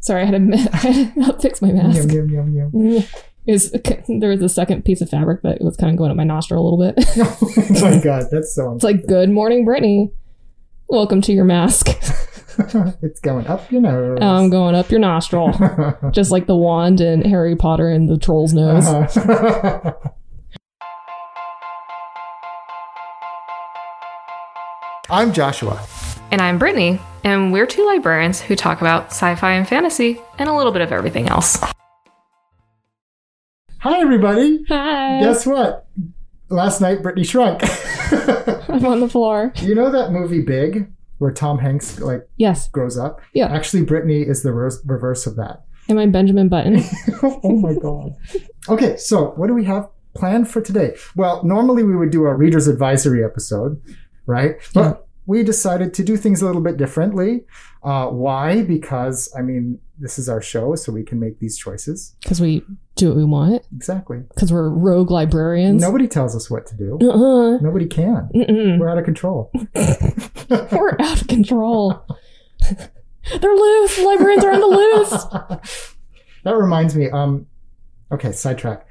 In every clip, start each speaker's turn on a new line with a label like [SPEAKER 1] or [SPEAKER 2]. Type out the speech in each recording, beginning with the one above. [SPEAKER 1] Sorry, I had to, I had to help fix my mask.
[SPEAKER 2] Yum, yum, yum, yum.
[SPEAKER 1] Mm. It was, there was a second piece of fabric that was kind of going up my nostril a little bit.
[SPEAKER 2] oh my god, that's so.
[SPEAKER 1] It's like, good morning, Brittany. Welcome to your mask.
[SPEAKER 2] it's going up your nose.
[SPEAKER 1] I'm going up your nostril, just like the wand in Harry Potter and the troll's nose.
[SPEAKER 2] Uh-huh. I'm Joshua.
[SPEAKER 1] And I'm Brittany, and we're two librarians who talk about sci fi and fantasy and a little bit of everything else.
[SPEAKER 2] Hi, everybody.
[SPEAKER 1] Hi.
[SPEAKER 2] Guess what? Last night, Brittany shrunk.
[SPEAKER 1] I'm on the floor.
[SPEAKER 2] you know that movie Big, where Tom Hanks like
[SPEAKER 1] Yes.
[SPEAKER 2] grows up?
[SPEAKER 1] Yeah.
[SPEAKER 2] Actually, Brittany is the reverse, reverse of that.
[SPEAKER 1] Am I Benjamin Button?
[SPEAKER 2] oh my god. Okay, so what do we have planned for today? Well, normally we would do a reader's advisory episode, right? But
[SPEAKER 1] Yeah.
[SPEAKER 2] we decided to do things a little bit differently. Uh, why? Because I mean, this is our show, so we can make these choices.
[SPEAKER 1] Because we do what we want.
[SPEAKER 2] Exactly.
[SPEAKER 1] Because we're rogue librarians.
[SPEAKER 2] Nobody tells us what to do.
[SPEAKER 1] Uh-uh.
[SPEAKER 2] Nobody can.
[SPEAKER 1] Mm-mm.
[SPEAKER 2] We're out of control.
[SPEAKER 1] We're out of control. They're loose. Librarians are on the loose.
[SPEAKER 2] that reminds me. Um, okay, sidetrack.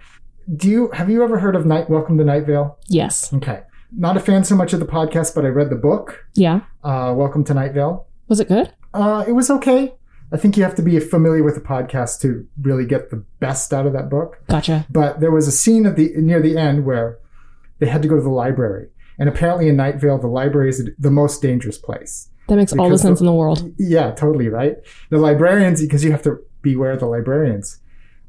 [SPEAKER 2] Do you have you ever heard of Night Welcome to Night Vale?
[SPEAKER 1] Yes.
[SPEAKER 2] Okay. Not a fan so much of the podcast, but I read the book,
[SPEAKER 1] Yeah.
[SPEAKER 2] uh, Welcome to Night Vale.
[SPEAKER 1] Was it good?
[SPEAKER 2] Uh, it was okay. I think you have to be familiar with the podcast to really get the best out of that book.
[SPEAKER 1] Gotcha.
[SPEAKER 2] But there was a scene at the near the end where they had to go to the library. And apparently in Night Vale, the library is the most dangerous place.
[SPEAKER 1] That makes all the
[SPEAKER 2] Because
[SPEAKER 1] sense
[SPEAKER 2] the-
[SPEAKER 1] in the world.
[SPEAKER 2] Yeah, totally, right? The librarians, because you have to beware of the librarians.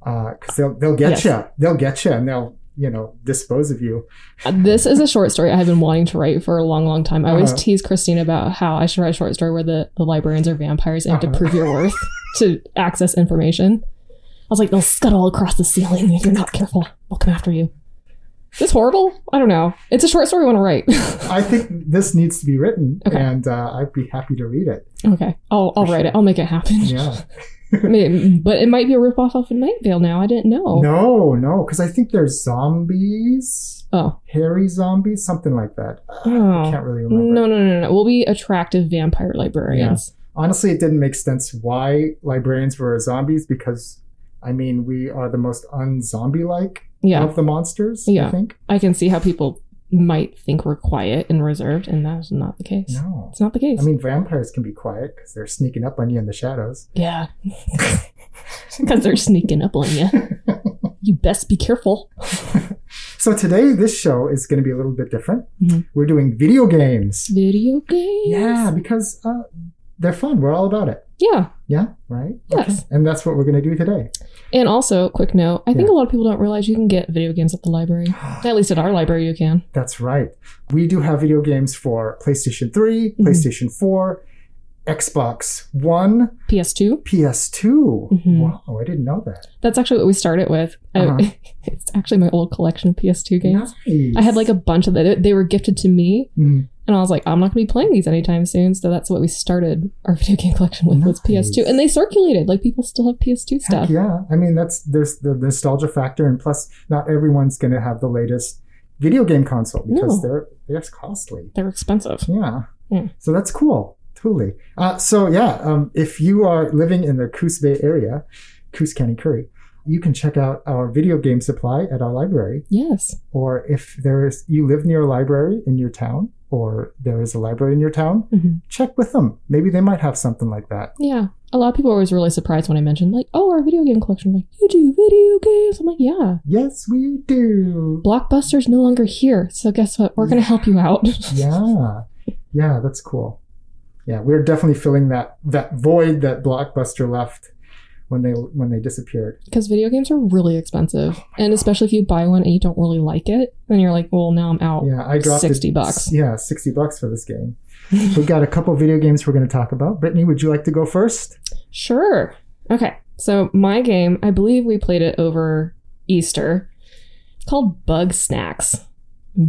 [SPEAKER 2] Because they'll, they'll get
[SPEAKER 1] Yes.
[SPEAKER 2] you. They'll get you and they'll, you know, dispose of you.
[SPEAKER 1] Uh, This is a short story I have been wanting to write for a long, long time. I always
[SPEAKER 2] Uh-huh.
[SPEAKER 1] tease Christine about how I should write a short story where the, the librarians are vampires and have to
[SPEAKER 2] Uh-huh.
[SPEAKER 1] prove your worth to access information. I was like, they'll scuttle across the ceiling if you're not careful. They'll come after you. Is this horrible? I don't know. It's a short story I want to write.
[SPEAKER 2] I think this needs to be written,
[SPEAKER 1] Okay.
[SPEAKER 2] and uh, I'd be happy to read it.
[SPEAKER 1] okay. I'll, I'll
[SPEAKER 2] For
[SPEAKER 1] write it.
[SPEAKER 2] sure.
[SPEAKER 1] I'll make it happen.
[SPEAKER 2] Yeah.
[SPEAKER 1] I mean, but it might be a ripoff off of Night Vale now. I didn't know.
[SPEAKER 2] No, no, because I think there's zombies,
[SPEAKER 1] Oh.
[SPEAKER 2] hairy zombies, something like that. I
[SPEAKER 1] Oh.
[SPEAKER 2] can't really remember.
[SPEAKER 1] No, no, no, no. We'll be attractive vampire librarians.
[SPEAKER 2] Honestly, it didn't make sense why librarians were zombies because, I mean, we are the most un-zombie like
[SPEAKER 1] Yeah.
[SPEAKER 2] of the monsters.
[SPEAKER 1] Yeah.
[SPEAKER 2] I think.
[SPEAKER 1] I can see how people might think we're quiet and reserved, and that's not the case.
[SPEAKER 2] No.
[SPEAKER 1] It's not the case.
[SPEAKER 2] I mean, vampires can be quiet because they're sneaking up on you in the shadows.
[SPEAKER 1] yeah. Because they're sneaking up on you. you best be careful.
[SPEAKER 2] So today, this show is going to be a little bit different.
[SPEAKER 1] Mhm.
[SPEAKER 2] We're doing video games.
[SPEAKER 1] Video games.
[SPEAKER 2] Yeah, because uh, they're fun. We're all about it.
[SPEAKER 1] Yeah.
[SPEAKER 2] Yeah, right?
[SPEAKER 1] Yes.
[SPEAKER 2] And that's what we're going to do today.
[SPEAKER 1] And also, quick note I think
[SPEAKER 2] Yeah.
[SPEAKER 1] a lot of people don't realize you can get video games at the library. At least at our library, you can.
[SPEAKER 2] That's right. We do have video games for PlayStation 3,
[SPEAKER 1] Mhm.
[SPEAKER 2] PlayStation 4, Xbox One,
[SPEAKER 1] PS2.
[SPEAKER 2] PS2.
[SPEAKER 1] Mhm.
[SPEAKER 2] Wow, I didn't know that.
[SPEAKER 1] That's actually what we started with. I-
[SPEAKER 2] Uh-huh.
[SPEAKER 1] it's actually my old collection of PS2 games.
[SPEAKER 2] Nice.
[SPEAKER 1] I had like a bunch of that. They were gifted to me,
[SPEAKER 2] Mhm.
[SPEAKER 1] and I was like, I'm not going to be playing these anytime soon. So that's what we started our video game collection with was
[SPEAKER 2] Nice.
[SPEAKER 1] PS2, and they circulated. Like people still have PS2
[SPEAKER 2] Heck
[SPEAKER 1] stuff.
[SPEAKER 2] yeah. I mean, that's there's the nostalgia factor, and plus, not everyone's going to have the latest video game console
[SPEAKER 1] No.
[SPEAKER 2] because they're they're costly.
[SPEAKER 1] They're expensive.
[SPEAKER 2] Yeah.
[SPEAKER 1] Mm.
[SPEAKER 2] So that's cool. Totally. Uh, so yeah, um, if you are living in the Coos Bay area, Coos County Curry, you can check out our video game supply at our library.
[SPEAKER 1] Yes.
[SPEAKER 2] Or if there is you live near a library in your town, or there is a library in your town,
[SPEAKER 1] Mhm.
[SPEAKER 2] check with them. Maybe they might have something like that.
[SPEAKER 1] Yeah. A lot of people are always really surprised when I mentioned like, oh, our video game collection. Like, you do video games? I'm like, yeah.
[SPEAKER 2] Yes, we do.
[SPEAKER 1] Blockbuster's no longer here, so guess what? We're going to help you out.
[SPEAKER 2] Yeah. Yeah, that's cool. Yeah, we're definitely filling that that void that Blockbuster left when they when they disappeared.
[SPEAKER 1] Because video games are really expensive,
[SPEAKER 2] Oh
[SPEAKER 1] and especially if you buy one and you don't really like it, then you're like, well, now I'm out.
[SPEAKER 2] Yeah, I dropped it-
[SPEAKER 1] 60 bucks.
[SPEAKER 2] Yeah, sixty bucks for this game. we got a couple video games we're going to talk about. Brittany, would you like to go first?
[SPEAKER 1] Sure. Okay. So my game, I believe we played it over Easter. It's called Bug Snacks.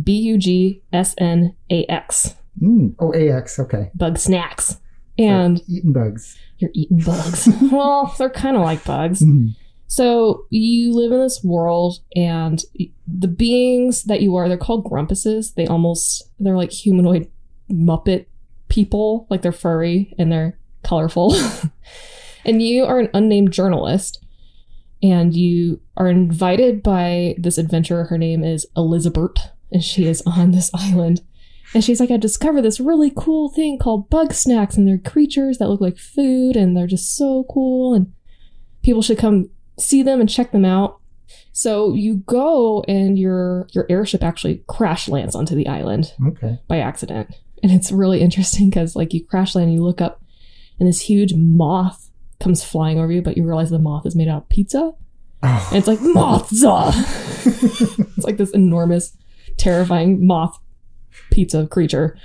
[SPEAKER 1] B U G S N A X.
[SPEAKER 2] Mm. Oh, AX. Okay.
[SPEAKER 1] Bug Snacks. And
[SPEAKER 2] So, eating bugs.
[SPEAKER 1] you're eating bugs. well, they're kind of like bugs.
[SPEAKER 2] Mm.
[SPEAKER 1] So you live in this world, and the beings that you are, they're called grumpuses. They almost, they're like humanoid Muppet people. Like they're furry and they're colorful. and you are an unnamed journalist, and you are invited by this adventurer. Her name is Elizabeth, and she is on this island. And she's like, I discovered this really cool thing called bug snacks, and they're creatures that look like food, and they're just so cool, and people should come see them and check them out. So you go, and your your airship actually crash lands onto the island
[SPEAKER 2] Okay.
[SPEAKER 1] by accident. And it's really interesting because, like, you crash land, you look up, and this huge moth comes flying over you, but you realize the moth is made out of pizza.
[SPEAKER 2] Oh.
[SPEAKER 1] And it's like, Mothza! it's like this enormous, terrifying moth pizza creature.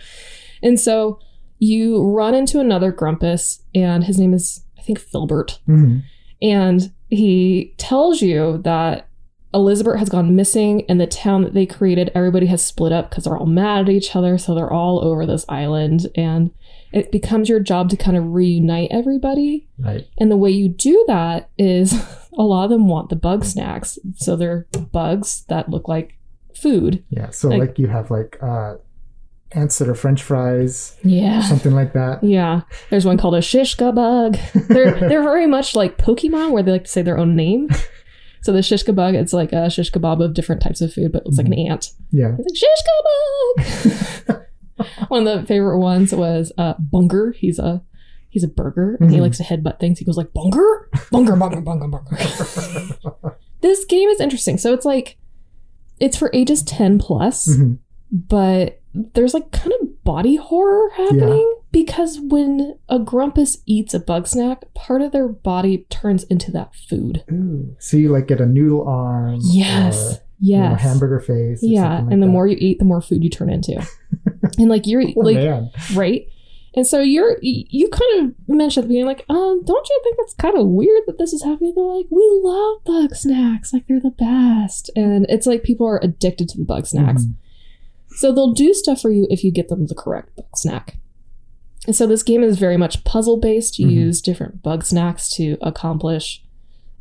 [SPEAKER 1] And so you run into another Grumpus, and his name is, I think, Filbert.
[SPEAKER 2] Mhm.
[SPEAKER 1] And he tells you that Elizabeth has gone missing, and the town that they created, everybody has split up because they're all mad at each other. So they're all over this island. And it becomes your job to kind of reunite everybody.
[SPEAKER 2] Right.
[SPEAKER 1] And the way you do that is a lot of them want the bug snacks. So they're bugs that look like food.
[SPEAKER 2] Yeah. So
[SPEAKER 1] Like-
[SPEAKER 2] like, you have like uh ants that are French fries,
[SPEAKER 1] Yeah.
[SPEAKER 2] something like that.
[SPEAKER 1] Yeah. There's one called a shishka bug. They're they're very much like Pokemon where they like to say their own name. So the shishka bug, it's like a shish kebab of different types of food, but it looks like an ant.
[SPEAKER 2] yeah.
[SPEAKER 1] It's like shish kebab. one of the favorite ones was uh, Bunger. He's a he's a burger and he
[SPEAKER 2] Mhm.
[SPEAKER 1] likes to headbutt things. He goes like Bunger, Bunger, Bunger, Bunger, Bunger. this game is interesting. So it's like it's for ages ten plus,
[SPEAKER 2] Mhm.
[SPEAKER 1] but there's like kind of body horror happening because when a grumpus eats a bug snack, part of their body turns into that food.
[SPEAKER 2] Ooh. So you like get a noodle arm.
[SPEAKER 1] Yes.
[SPEAKER 2] or, you know, a
[SPEAKER 1] Yes.
[SPEAKER 2] hamburger face. or
[SPEAKER 1] Yeah,
[SPEAKER 2] something like
[SPEAKER 1] and the
[SPEAKER 2] that.
[SPEAKER 1] more you eat, the more food you turn into. and like you're
[SPEAKER 2] Oh,
[SPEAKER 1] like
[SPEAKER 2] man.
[SPEAKER 1] right? And so you're y- you kind of mentioned at the beginning, like, um, don't you think it's kind of weird that this is happening? They're like, we love bug snacks, like they're the best, and it's like people are addicted to the bug snacks.
[SPEAKER 2] Mhm.
[SPEAKER 1] So they'll do stuff for you if you get them the correct bug snack. And so this game is very much puzzle based. You
[SPEAKER 2] Mhm.
[SPEAKER 1] use different bug snacks to accomplish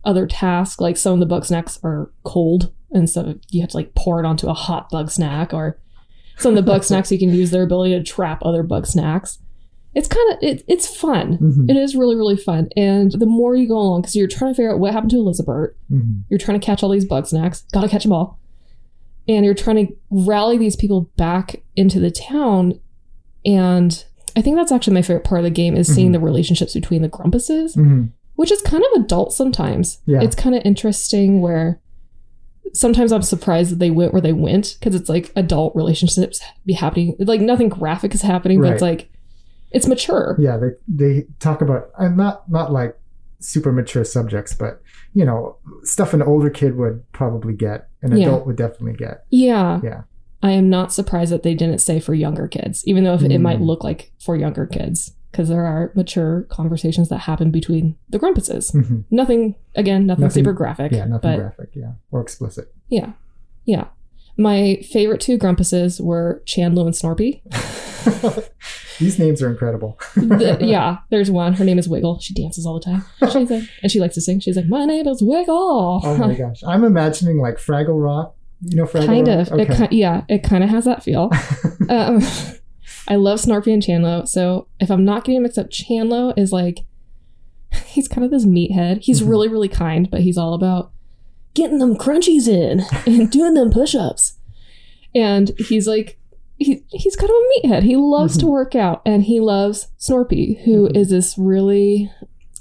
[SPEAKER 1] other tasks. Like some of the bug snacks are cold, and so you have to like pour it onto a hot bug snack. Or some of the bug snacks you can use their ability to trap other bug snacks. It's kind of it, it's fun.
[SPEAKER 2] Mhm.
[SPEAKER 1] It is really really fun. And the more you go along, because you're trying to figure out what happened to Elizabeth,
[SPEAKER 2] Mhm.
[SPEAKER 1] you're trying to catch all these bug snacks. Gotta catch them all. And you're trying to rally these people back into the town. And I think that's actually my favorite part of the game is seeing
[SPEAKER 2] Mhm.
[SPEAKER 1] the relationships between the Grumpuses,
[SPEAKER 2] Mhm.
[SPEAKER 1] which is kind of adult sometimes.
[SPEAKER 2] Yeah.
[SPEAKER 1] It's kind of interesting where sometimes I'm surprised that they went where they went because it's like adult relationships be happening. Like nothing graphic is happening, but it's like it's mature.
[SPEAKER 2] Yeah, they they talk about and not not like super mature subjects, but you know stuff an older kid would probably get, an
[SPEAKER 1] Yeah.
[SPEAKER 2] adult would definitely get.
[SPEAKER 1] Yeah.
[SPEAKER 2] Yeah.
[SPEAKER 1] I am not surprised that they didn't say for younger kids, even though if it
[SPEAKER 2] Mm.
[SPEAKER 1] might look like for younger kids, because there are mature conversations that happen between the grumpuses.
[SPEAKER 2] Mhm.
[SPEAKER 1] Nothing, again, nothing,
[SPEAKER 2] Nothing-
[SPEAKER 1] super graphic.
[SPEAKER 2] Yeah, nothing
[SPEAKER 1] but
[SPEAKER 2] graphic. Yeah, or explicit.
[SPEAKER 1] yeah. Yeah. My favorite two grumpuses were Chandlu and Snorpy.
[SPEAKER 2] These names are incredible.
[SPEAKER 1] The- yeah, there's one. Her name is Wiggle. She dances all the time. She's like, and she likes to sing. She's like, my name is Wiggle.
[SPEAKER 2] Oh my gosh, I'm imagining like Fraggle Rock. You know Fraggle
[SPEAKER 1] kind
[SPEAKER 2] Rock?
[SPEAKER 1] of. It ki- yeah, it kind of has that feel. um, I love Snorpy and Chanlo. So if I'm not getting mixed up, Chanlo is like he's kind of this meathead. He's
[SPEAKER 2] Mhm.
[SPEAKER 1] really really kind, but he's all about getting them crunchies in and doing them push-ups. And he's like he, he's kind of a meathead. He loves to work out and he loves Snorpy, who is
[SPEAKER 2] Mhm.
[SPEAKER 1] this really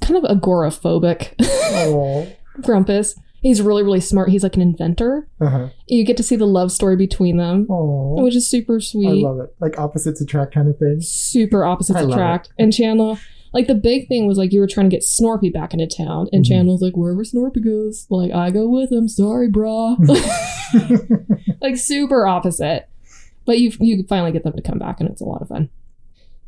[SPEAKER 1] kind of agoraphobic
[SPEAKER 2] oh.
[SPEAKER 1] grumpus. He's really, really smart. He's like an inventor.
[SPEAKER 2] Uh-huh.
[SPEAKER 1] You get to see the love story between them,
[SPEAKER 2] Oh.
[SPEAKER 1] which is super
[SPEAKER 2] I
[SPEAKER 1] sweet
[SPEAKER 2] love it. Like opposites attract kind of thing.
[SPEAKER 1] super opposites
[SPEAKER 2] I love
[SPEAKER 1] attract. And Chandler, like the big thing was like you were trying to get Snorpy back into town, and
[SPEAKER 2] Mhm.
[SPEAKER 1] Chandler's like, wherever Snorpy goes, like I go with him. Sorry, brah.
[SPEAKER 2] Mm-hmm.
[SPEAKER 1] like super opposite, but you you finally get them to come back, and it's a lot of fun.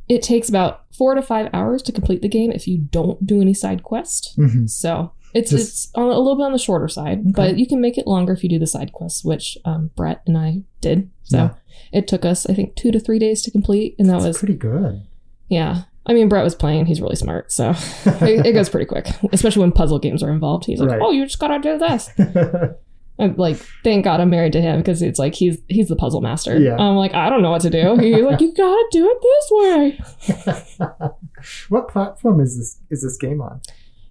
[SPEAKER 1] It takes about four to five hours to complete the game if you don't do any side quest.
[SPEAKER 2] Mhm.
[SPEAKER 1] So it's
[SPEAKER 2] Just-
[SPEAKER 1] it's on, a little bit on the shorter side,
[SPEAKER 2] Okay.
[SPEAKER 1] but you can make it longer if you do the side quests, which um, Brett and I did. So
[SPEAKER 2] Yeah.
[SPEAKER 1] it took us, I think, two to three days to complete, and that
[SPEAKER 2] That's
[SPEAKER 1] was
[SPEAKER 2] pretty good.
[SPEAKER 1] yeah. I mean, Brett was playing. He's really smart, so it, it goes pretty quick, especially when puzzle games are involved. He's like,
[SPEAKER 2] Right.
[SPEAKER 1] "Oh, you just gotta do this." And like, thank God I'm married to him because it's like he's he's the puzzle master.
[SPEAKER 2] Yeah.
[SPEAKER 1] I'm like, I don't know what to do. He's like, "You gotta do it this way."
[SPEAKER 2] what platform is this is this game on?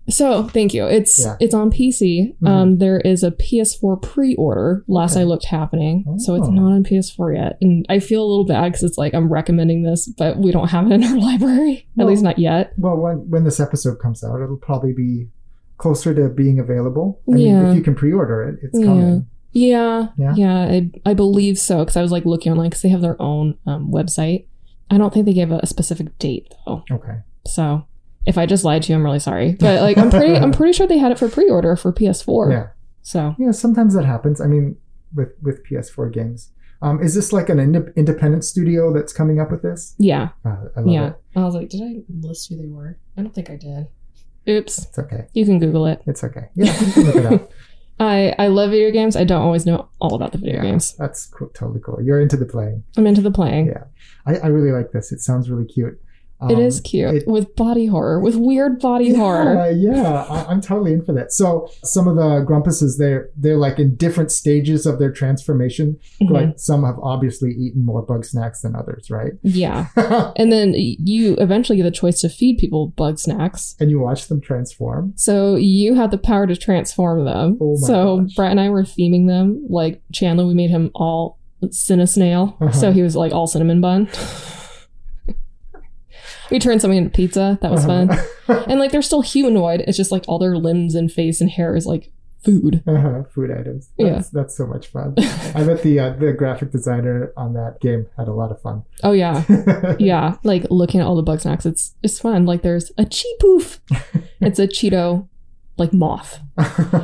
[SPEAKER 1] So thank you. It's
[SPEAKER 2] Yeah. Mm-hmm.
[SPEAKER 1] it's on PC. Um, there is a PS4 pre-order. Last
[SPEAKER 2] Okay.
[SPEAKER 1] I looked, happening. So it's
[SPEAKER 2] Oh.
[SPEAKER 1] not on PS4 yet, and I feel a little bad because it's like I'm recommending this, but we don't have it in our library.
[SPEAKER 2] Well-
[SPEAKER 1] At least not yet.
[SPEAKER 2] Well, when when this episode comes out, it'll probably be closer to being available. I mean,
[SPEAKER 1] Yeah.
[SPEAKER 2] if you can pre-order it, it's
[SPEAKER 1] Yeah.
[SPEAKER 2] coming.
[SPEAKER 1] Yeah,
[SPEAKER 2] Yeah?
[SPEAKER 1] yeah, I, I believe so because I was like looking online because they have their own um, website. I don't think they gave a, a specific date though.
[SPEAKER 2] Okay.
[SPEAKER 1] So if I just lied to you, I'm really sorry. But like I'm pretty I'm pretty sure they had it for pre-order for PS4.
[SPEAKER 2] Yeah.
[SPEAKER 1] So
[SPEAKER 2] Yeah. Sometimes that happens. I mean, with with PS4 games. Um, is this like an ind- independent studio that's coming up with this?
[SPEAKER 1] yeah,
[SPEAKER 2] Uh, I love
[SPEAKER 1] yeah.
[SPEAKER 2] it.
[SPEAKER 1] I was like, did I list who they were? I don't think I did. Oops.
[SPEAKER 2] It's okay.
[SPEAKER 1] You can Google it.
[SPEAKER 2] It's okay. Yeah, you can look it up.
[SPEAKER 1] I I love video games. I don't always know all about the video
[SPEAKER 2] Yeah,
[SPEAKER 1] games.
[SPEAKER 2] That's cool. totally cool. You're into the playing.
[SPEAKER 1] I'm into the playing.
[SPEAKER 2] Yeah. I, I really like this. It sounds really cute.
[SPEAKER 1] it
[SPEAKER 2] Um,
[SPEAKER 1] is cute
[SPEAKER 2] it-
[SPEAKER 1] with body horror, with weird body
[SPEAKER 2] yeah,
[SPEAKER 1] horror.
[SPEAKER 2] Yeah, I, I'm totally in for that. So some of the Grumpuses, they're they're like in different stages of their transformation.
[SPEAKER 1] Mhm.
[SPEAKER 2] Like some have obviously eaten more bug snacks than others, right?
[SPEAKER 1] Yeah. And then you eventually get the choice to feed people bug snacks.
[SPEAKER 2] and you watch them transform.
[SPEAKER 1] So you had the power to transform them.
[SPEAKER 2] Oh my
[SPEAKER 1] so
[SPEAKER 2] gosh.
[SPEAKER 1] Brett and I were theming them. Like Chandler, we made him all cinna snail.
[SPEAKER 2] Uh-huh.
[SPEAKER 1] So he was like all cinnamon bun. we turned something into pizza. That was fun.
[SPEAKER 2] fun.
[SPEAKER 1] And like they're still humanoid. It's just like all their limbs and face and hair is like food.
[SPEAKER 2] uh Food items. That's, that's so much fun. I bet the uh, the graphic designer on that game had a lot of fun.
[SPEAKER 1] Oh yeah. Yeah. Like looking at all the bug snacks, it's it's fun. Like there's a cheepoof. it's a Cheeto like moth.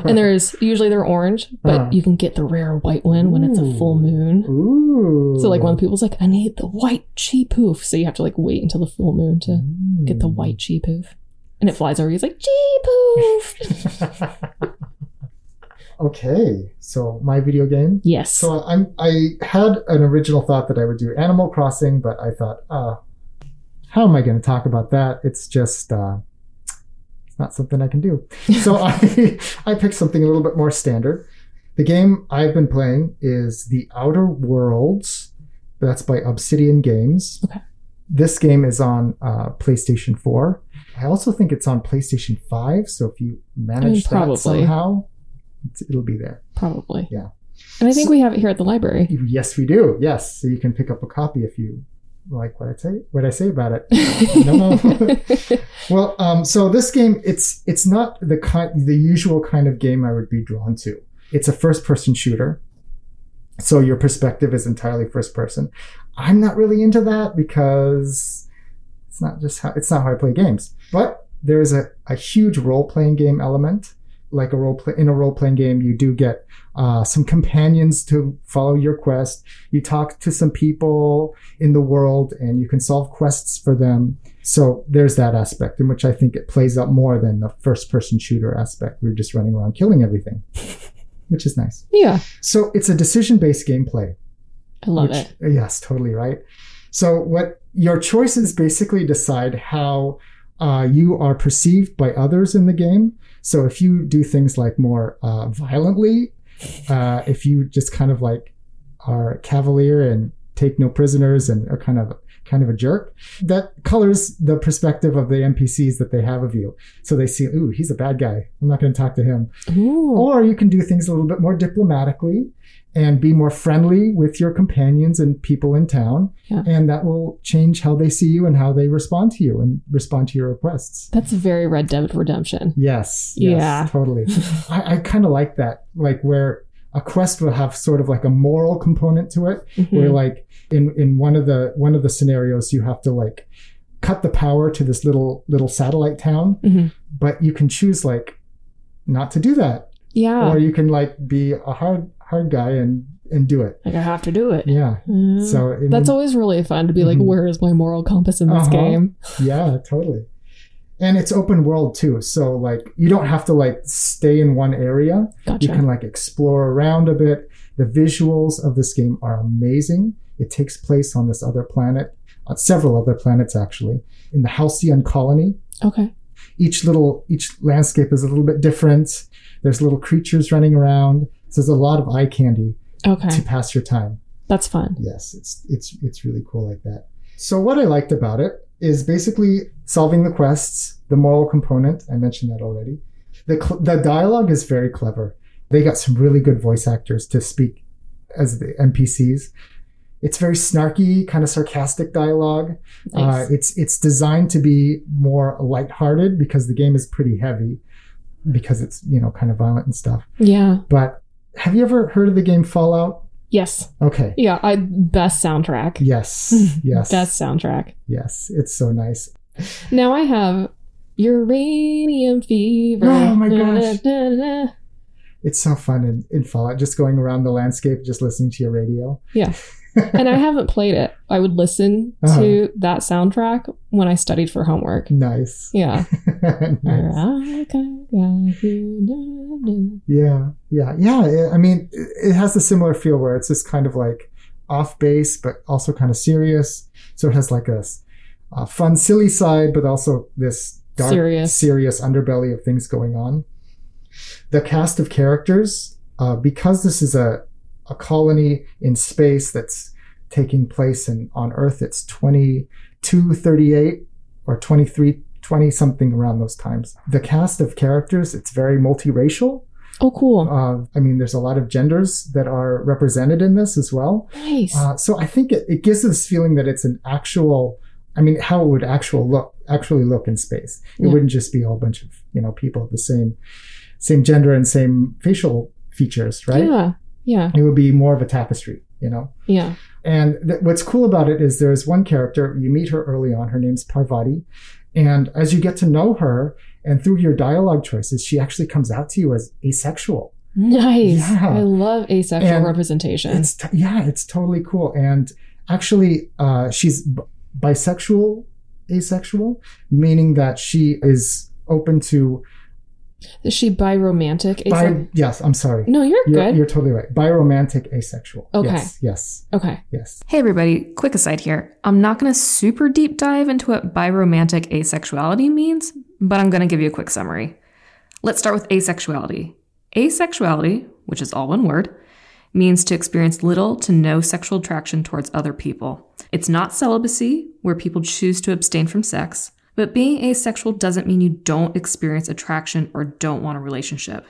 [SPEAKER 1] and there's usually they're orange, but
[SPEAKER 2] Uh-huh.
[SPEAKER 1] you can get the rare white one when it's a full
[SPEAKER 2] Ooh.
[SPEAKER 1] moon.
[SPEAKER 2] Ooh.
[SPEAKER 1] So like when people's like, I need the white cheap hoof, so you have to like wait until the full moon to get the
[SPEAKER 2] Mm.
[SPEAKER 1] white cheap hoof, and it flies over. He's like cheap hoof.
[SPEAKER 2] okay, so my video game.
[SPEAKER 1] yes.
[SPEAKER 2] So I'm I had an original thought that I would do Animal Crossing, but I thought, uh, how am I going to talk about that? It's just uh, it's not something I can do. so I I picked something a little bit more standard. The game I've been playing is The Outer Worlds. That's by Obsidian Games.
[SPEAKER 1] Okay.
[SPEAKER 2] This game is on uh, PlayStation 4. I also think it's on PlayStation 5. So if you manage
[SPEAKER 1] probably.
[SPEAKER 2] that somehow, it's- it'll be there.
[SPEAKER 1] Probably.
[SPEAKER 2] Yeah.
[SPEAKER 1] And I think
[SPEAKER 2] So-
[SPEAKER 1] we have it here at the library.
[SPEAKER 2] Yes, we do. Yes, so you can pick up a copy if you like what I say. What I say about it. No, no. Well, um, so this game, it's it's not the kind the usual kind of game I would be drawn to. It's a first person shooter, so your perspective is entirely first person. I'm not really into that because it's not just how it's not how I play games. But there is a, a huge role playing game element. Like a role play in a role playing game, you do get uh, some companions to follow your quest. You talk to some people in the world, and you can solve quests for them. So there's that aspect in which I think it plays up more than the first person shooter aspect. We're just running around killing everything, which is nice.
[SPEAKER 1] yeah.
[SPEAKER 2] So it's a decision based gameplay.
[SPEAKER 1] I love
[SPEAKER 2] which-
[SPEAKER 1] it.
[SPEAKER 2] Yes, totally right. So what your choices basically decide how uh, you are perceived by others in the game. So if you do things like more uh, violently, uh, if you just kind of like are cavalier and take no prisoners and are kind of kind of a jerk, that colors the perspective of the NPCs that they have of you. So they see, ooh, he's a bad guy. I'm not going to talk to him.
[SPEAKER 1] Ooh.
[SPEAKER 2] Or you can do things a little bit more diplomatically and be more friendly with your companions and people in town.
[SPEAKER 1] Yeah.
[SPEAKER 2] And that will change how they see you and how they respond to you and respond to your requests.
[SPEAKER 1] That's very Red Dead Redemption.
[SPEAKER 2] Yes. yes
[SPEAKER 1] Yeah.
[SPEAKER 2] Totally. I, I kind of like that, like where a quest will have sort of like a moral component to it where
[SPEAKER 1] Mhm.
[SPEAKER 2] like in in one of the one of the scenarios you have to like cut the power to this little little satellite town
[SPEAKER 1] Mhm.
[SPEAKER 2] but you can choose like not to do that
[SPEAKER 1] Yeah.
[SPEAKER 2] or you can like be a hard hard guy and and do it
[SPEAKER 1] like I have to do it.
[SPEAKER 2] yeah
[SPEAKER 1] Yeah.
[SPEAKER 2] so I mean,
[SPEAKER 1] Mm. That's always really fun to be like,
[SPEAKER 2] Mhm.
[SPEAKER 1] where is my moral compass in this
[SPEAKER 2] Uh-huh.
[SPEAKER 1] game?
[SPEAKER 2] yeah totally and it's open world too so like you don't have to like stay in one area you
[SPEAKER 1] Gotcha.
[SPEAKER 2] can like explore around a bit the visuals of this game are amazing it takes place on this other planet on several other planets actually in the halcyon colony
[SPEAKER 1] okay.
[SPEAKER 2] each little each landscape is a little bit different there's little creatures running around so there's a lot of eye candy
[SPEAKER 1] Okay.
[SPEAKER 2] to pass your time
[SPEAKER 1] That's fun.
[SPEAKER 2] yes, it's it's it's really cool like that. So what I liked about it is basically solving the quests, the moral component. I mentioned that already. The, cl- the dialogue is very clever. They got some really good voice actors to speak as the NPCs. It's very snarky, kind of sarcastic dialogue.
[SPEAKER 1] Nice.
[SPEAKER 2] Uh, it's it's designed to be more lighthearted because the game is pretty heavy, because it's you know kind of violent and stuff.
[SPEAKER 1] yeah.
[SPEAKER 2] But have you ever heard of the game Fallout?
[SPEAKER 1] Yes.
[SPEAKER 2] Okay.
[SPEAKER 1] Yeah. I best soundtrack.
[SPEAKER 2] Yes. Yes.
[SPEAKER 1] Best soundtrack.
[SPEAKER 2] yes. It's so nice.
[SPEAKER 1] Now I have uranium fever.
[SPEAKER 2] Oh my
[SPEAKER 1] Da,
[SPEAKER 2] gosh.
[SPEAKER 1] da, da, da.
[SPEAKER 2] It's so fun in, in Fallout, just going around the landscape, just listening to your radio.
[SPEAKER 1] and I haven't played it. I would listen
[SPEAKER 2] Uh-huh.
[SPEAKER 1] to that soundtrack when I studied for homework.
[SPEAKER 2] Nice.
[SPEAKER 1] Yeah.
[SPEAKER 2] Nice. Yeah, yeah, yeah. it- I mean, it it has a similar feel where it's just kind of like off base, but also kind of serious. So it has like a, s- a fun, silly side, but also this dark,
[SPEAKER 1] Serious.
[SPEAKER 2] serious underbelly of things going on. The cast of characters, uh, because this is a, a colony in space that's taking place in, on Earth, it's 2238 or 2320, something around those times. The cast of characters, it's very multiracial.
[SPEAKER 1] Oh, cool.
[SPEAKER 2] Uh, I mean, there's a lot of genders that are represented in this as well.
[SPEAKER 1] Nice.
[SPEAKER 2] Uh, so I think it, it gives this feeling that it's an actual. I mean, how it would actual look actually look in space. It
[SPEAKER 1] Yeah.
[SPEAKER 2] wouldn't just be a whole bunch of you know people of the same same gender and same facial features, right?
[SPEAKER 1] Yeah. Yeah.
[SPEAKER 2] It would be more of a tapestry, you know.
[SPEAKER 1] Yeah.
[SPEAKER 2] And th- what's cool about it is there is one character, you meet her early on, her name's Parvati. And as you get to know her and through your dialogue choices, she actually comes out to you as asexual.
[SPEAKER 1] Nice.
[SPEAKER 2] Yeah.
[SPEAKER 1] I love asexual
[SPEAKER 2] And
[SPEAKER 1] representation.
[SPEAKER 2] It's t- yeah, it's totally cool. And actually, uh, she's b- bisexual, asexual, meaning that she is open to.
[SPEAKER 1] Is she biromantic? Ase-
[SPEAKER 2] Bi- yes, I'm sorry.
[SPEAKER 1] no, you're,
[SPEAKER 2] You're,
[SPEAKER 1] Mm, good.
[SPEAKER 2] you're totally right. Biromantic asexual.
[SPEAKER 1] Okay.
[SPEAKER 2] Yes, yes,
[SPEAKER 1] okay.
[SPEAKER 2] yes.
[SPEAKER 3] Hey everybody, quick aside here. I'm not going to super deep dive into what biromantic asexuality means, but I'm going to give you a quick summary. Let's start with asexuality. Asexuality, which is all one word, means to experience little to no sexual attraction towards other people. It's not celibacy, where people choose to abstain from sex, but being asexual doesn't mean you don't experience attraction or don't want a relationship.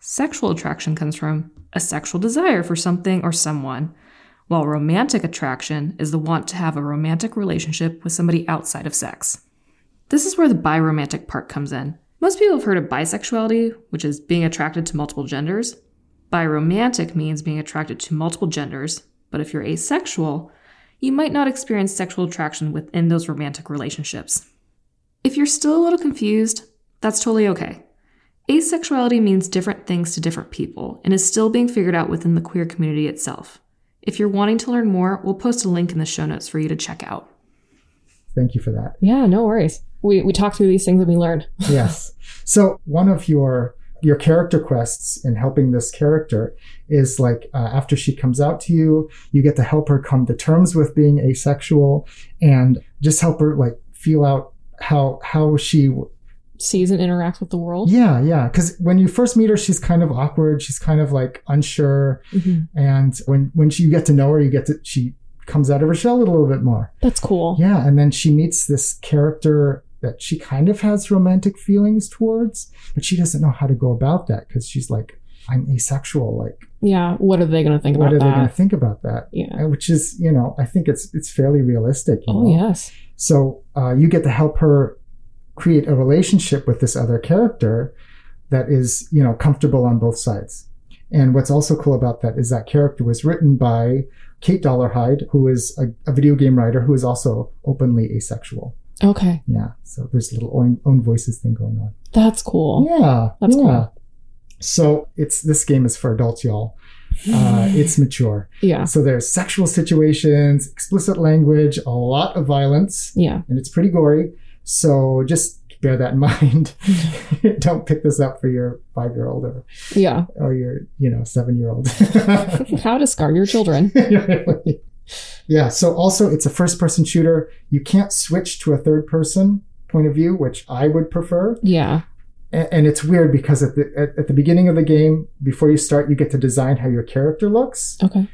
[SPEAKER 3] Sexual attraction comes from a sexual desire for something or someone, while romantic attraction is the want to have a romantic relationship with somebody outside of sex. This is where the biromantic part comes in. Most people have heard of bisexuality, which is being attracted to multiple genders. Biromantic means being attracted to multiple genders, but if you're asexual, you might not experience sexual attraction within those romantic relationships. If you're still a little confused, that's totally okay. Asexuality means different things to different people and is still being figured out within the queer community itself. If you're wanting to learn more, we'll post a link in the show notes for you to check out.
[SPEAKER 2] Thank you for that.
[SPEAKER 1] Yeah, no worries. We, we talked through these things and we learned.
[SPEAKER 2] yes. So one of your your character quests in helping this character is like uh, after she comes out to you, you get to help her come to terms with being asexual and just help her like feel out how how she
[SPEAKER 1] Sees and interacts with the world.
[SPEAKER 2] yeah yeah because when you first meet her she's kind of awkward she's kind of like unsure
[SPEAKER 1] Mhm.
[SPEAKER 2] and when when she, you get to know her you get to she comes out of her shell a little bit more
[SPEAKER 1] That's cool.
[SPEAKER 2] yeah, and then she meets this character that she kind of has romantic feelings towards, but she doesn't know how to go about that because she's like, I'm asexual. Like,
[SPEAKER 1] Yeah, What are they going to think
[SPEAKER 2] what
[SPEAKER 1] about
[SPEAKER 2] are they going to
[SPEAKER 1] that?
[SPEAKER 2] think about that?
[SPEAKER 1] yeah.
[SPEAKER 2] And Which is, you know, I think it's it's fairly realistic. you
[SPEAKER 1] Oh,
[SPEAKER 2] know?
[SPEAKER 1] yes.
[SPEAKER 2] So uh, you get to help her create a relationship with this other character that is, you know, comfortable on both sides. And what's also cool about that is that character was written by Kate Dollarhide, who is a, a video game writer who is also openly asexual.
[SPEAKER 1] Okay.
[SPEAKER 2] Yeah. So there's a little own, own voices thing going on.
[SPEAKER 1] That's cool.
[SPEAKER 2] Yeah.
[SPEAKER 1] Oh, That's
[SPEAKER 2] yeah.
[SPEAKER 1] cool.
[SPEAKER 2] So it's this game is for adults, y'all. Uh, it's mature.
[SPEAKER 1] yeah.
[SPEAKER 2] So there's sexual situations, explicit language, a lot of violence,
[SPEAKER 1] Yeah.
[SPEAKER 2] and it's pretty gory. So just bear that in mind. Don't pick this up for your five year old or,
[SPEAKER 1] Yeah.
[SPEAKER 2] or your, you know, seven year old.
[SPEAKER 1] How to scar your children.
[SPEAKER 2] yeah. So also, it's a first-person shooter. You can't switch to a third-person point of view, which I would prefer.
[SPEAKER 1] Yeah.
[SPEAKER 2] A- And it's weird because at the at, at the beginning of the game, before you start, you get to design how your character looks,
[SPEAKER 1] Okay.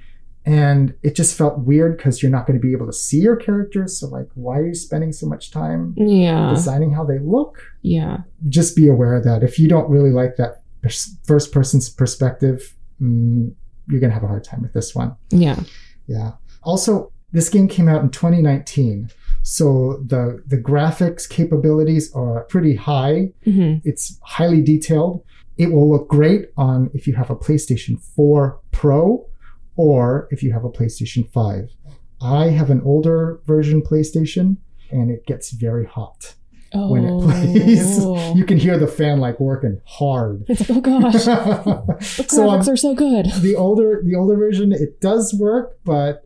[SPEAKER 2] And it just felt weird because you're not going to be able to see your characters. So, like, why are you spending so much time
[SPEAKER 1] Yeah.
[SPEAKER 2] designing how they look?
[SPEAKER 1] Yeah.
[SPEAKER 2] Just be aware of that. If you don't really like that pers- first person's perspective, mm, you're going to have a hard time with this one.
[SPEAKER 1] Yeah.
[SPEAKER 2] Yeah. Also, this game came out in 2019, so the the graphics capabilities are pretty high.
[SPEAKER 1] hmm
[SPEAKER 2] It's highly detailed. It will look great on if you have a PlayStation 4 Pro or if you have a PlayStation 5. I have an older version PlayStation and it gets very hot.
[SPEAKER 1] Oh.
[SPEAKER 2] When it plays, You can hear the fan like working hard.
[SPEAKER 1] it's like, oh gosh, the
[SPEAKER 2] So um, on-
[SPEAKER 1] graphics are so good.
[SPEAKER 2] the older the older version it does work but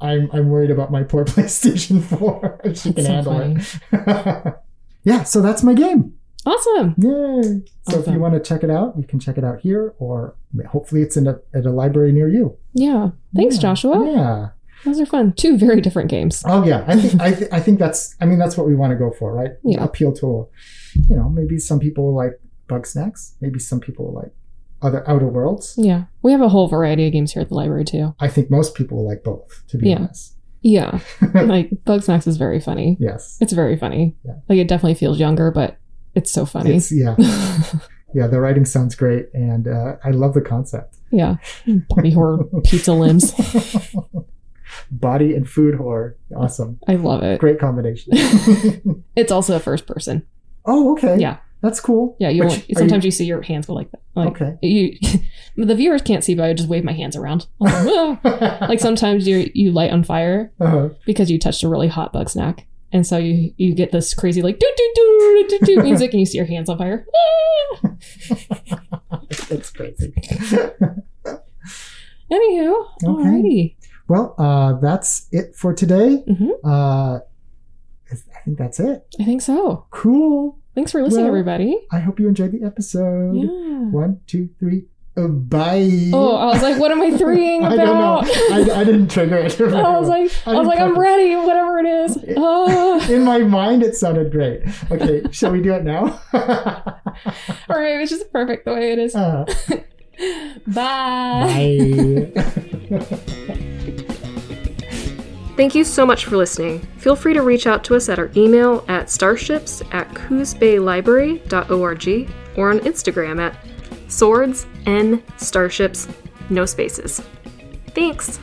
[SPEAKER 2] i'm i'm worried about my poor playstation 4 if she can
[SPEAKER 1] That's so
[SPEAKER 2] handle
[SPEAKER 1] funny.
[SPEAKER 2] it yeah so that's my game
[SPEAKER 1] Awesome.
[SPEAKER 2] yay so if
[SPEAKER 1] Awesome.
[SPEAKER 2] you want to check it out you can check it out here or hopefully it's in a, at a library near you
[SPEAKER 1] Yeah. Thanks,
[SPEAKER 2] Yeah.
[SPEAKER 1] Joshua.
[SPEAKER 2] yeah
[SPEAKER 1] Those are fun. Two very different games.
[SPEAKER 2] oh yeah i think I, th- I think that's i mean that's what we want to go for right
[SPEAKER 1] Yeah.
[SPEAKER 2] appeal to you know maybe some people like bug snacks maybe some people like other outer worlds
[SPEAKER 1] Yeah. We have a whole variety of games here at the library too.
[SPEAKER 2] i think most people like both to be
[SPEAKER 1] Yeah.
[SPEAKER 2] honest
[SPEAKER 1] Yeah. like Bugsnax is very funny.
[SPEAKER 2] yes
[SPEAKER 1] It's very funny.
[SPEAKER 2] Yeah.
[SPEAKER 1] Like it definitely feels younger, but it's so funny.
[SPEAKER 2] It's yeah, yeah. The writing sounds great, and uh, I love the concept.
[SPEAKER 1] yeah. Body horror, pizza limbs.
[SPEAKER 2] Body and food horror, awesome,
[SPEAKER 1] I love it.
[SPEAKER 2] great combination.
[SPEAKER 1] It's also a first person.
[SPEAKER 2] oh, okay.
[SPEAKER 1] Yeah.
[SPEAKER 2] that's cool.
[SPEAKER 1] Yeah, you
[SPEAKER 2] But
[SPEAKER 1] won't,
[SPEAKER 2] are
[SPEAKER 1] sometimes you, see your hands go like that. Like
[SPEAKER 2] Okay.
[SPEAKER 1] you, the viewers can't see, but I just wave my hands around. I'm like, "Ah." like sometimes you you light on fire
[SPEAKER 2] Uh-huh.
[SPEAKER 1] because you touched a really hot bug snack, and so you you get this crazy like do do do do do music, and you see your hands on fire. Ah!
[SPEAKER 2] That's crazy.
[SPEAKER 1] Anywho, alrighty,
[SPEAKER 2] well, uh, that's it for today.
[SPEAKER 1] Mhm.
[SPEAKER 2] Uh, I think that's it.
[SPEAKER 1] I think so.
[SPEAKER 2] Cool.
[SPEAKER 1] Thanks for listening,
[SPEAKER 2] Well- um,
[SPEAKER 1] everybody.
[SPEAKER 2] I hope you enjoyed the episode.
[SPEAKER 1] Yeah.
[SPEAKER 2] One, two, three. Uh, bye.
[SPEAKER 1] Oh, I was like, what am I threeing
[SPEAKER 2] I
[SPEAKER 1] about?
[SPEAKER 2] don't know. I, I didn't trigger it.
[SPEAKER 1] I was like, I was like, I'm ready, whatever it is. Ah.
[SPEAKER 2] In my mind, it sounded great. Okay, shall we do it now?
[SPEAKER 1] or maybe it's just perfect the way it is.
[SPEAKER 2] Uh,
[SPEAKER 1] Bye.
[SPEAKER 2] bye.
[SPEAKER 3] Thank you so much for listening. Feel free to reach out to us at our email at starships at coosbaylibrary.org or on Instagram at swords n starships no spaces. Thanks.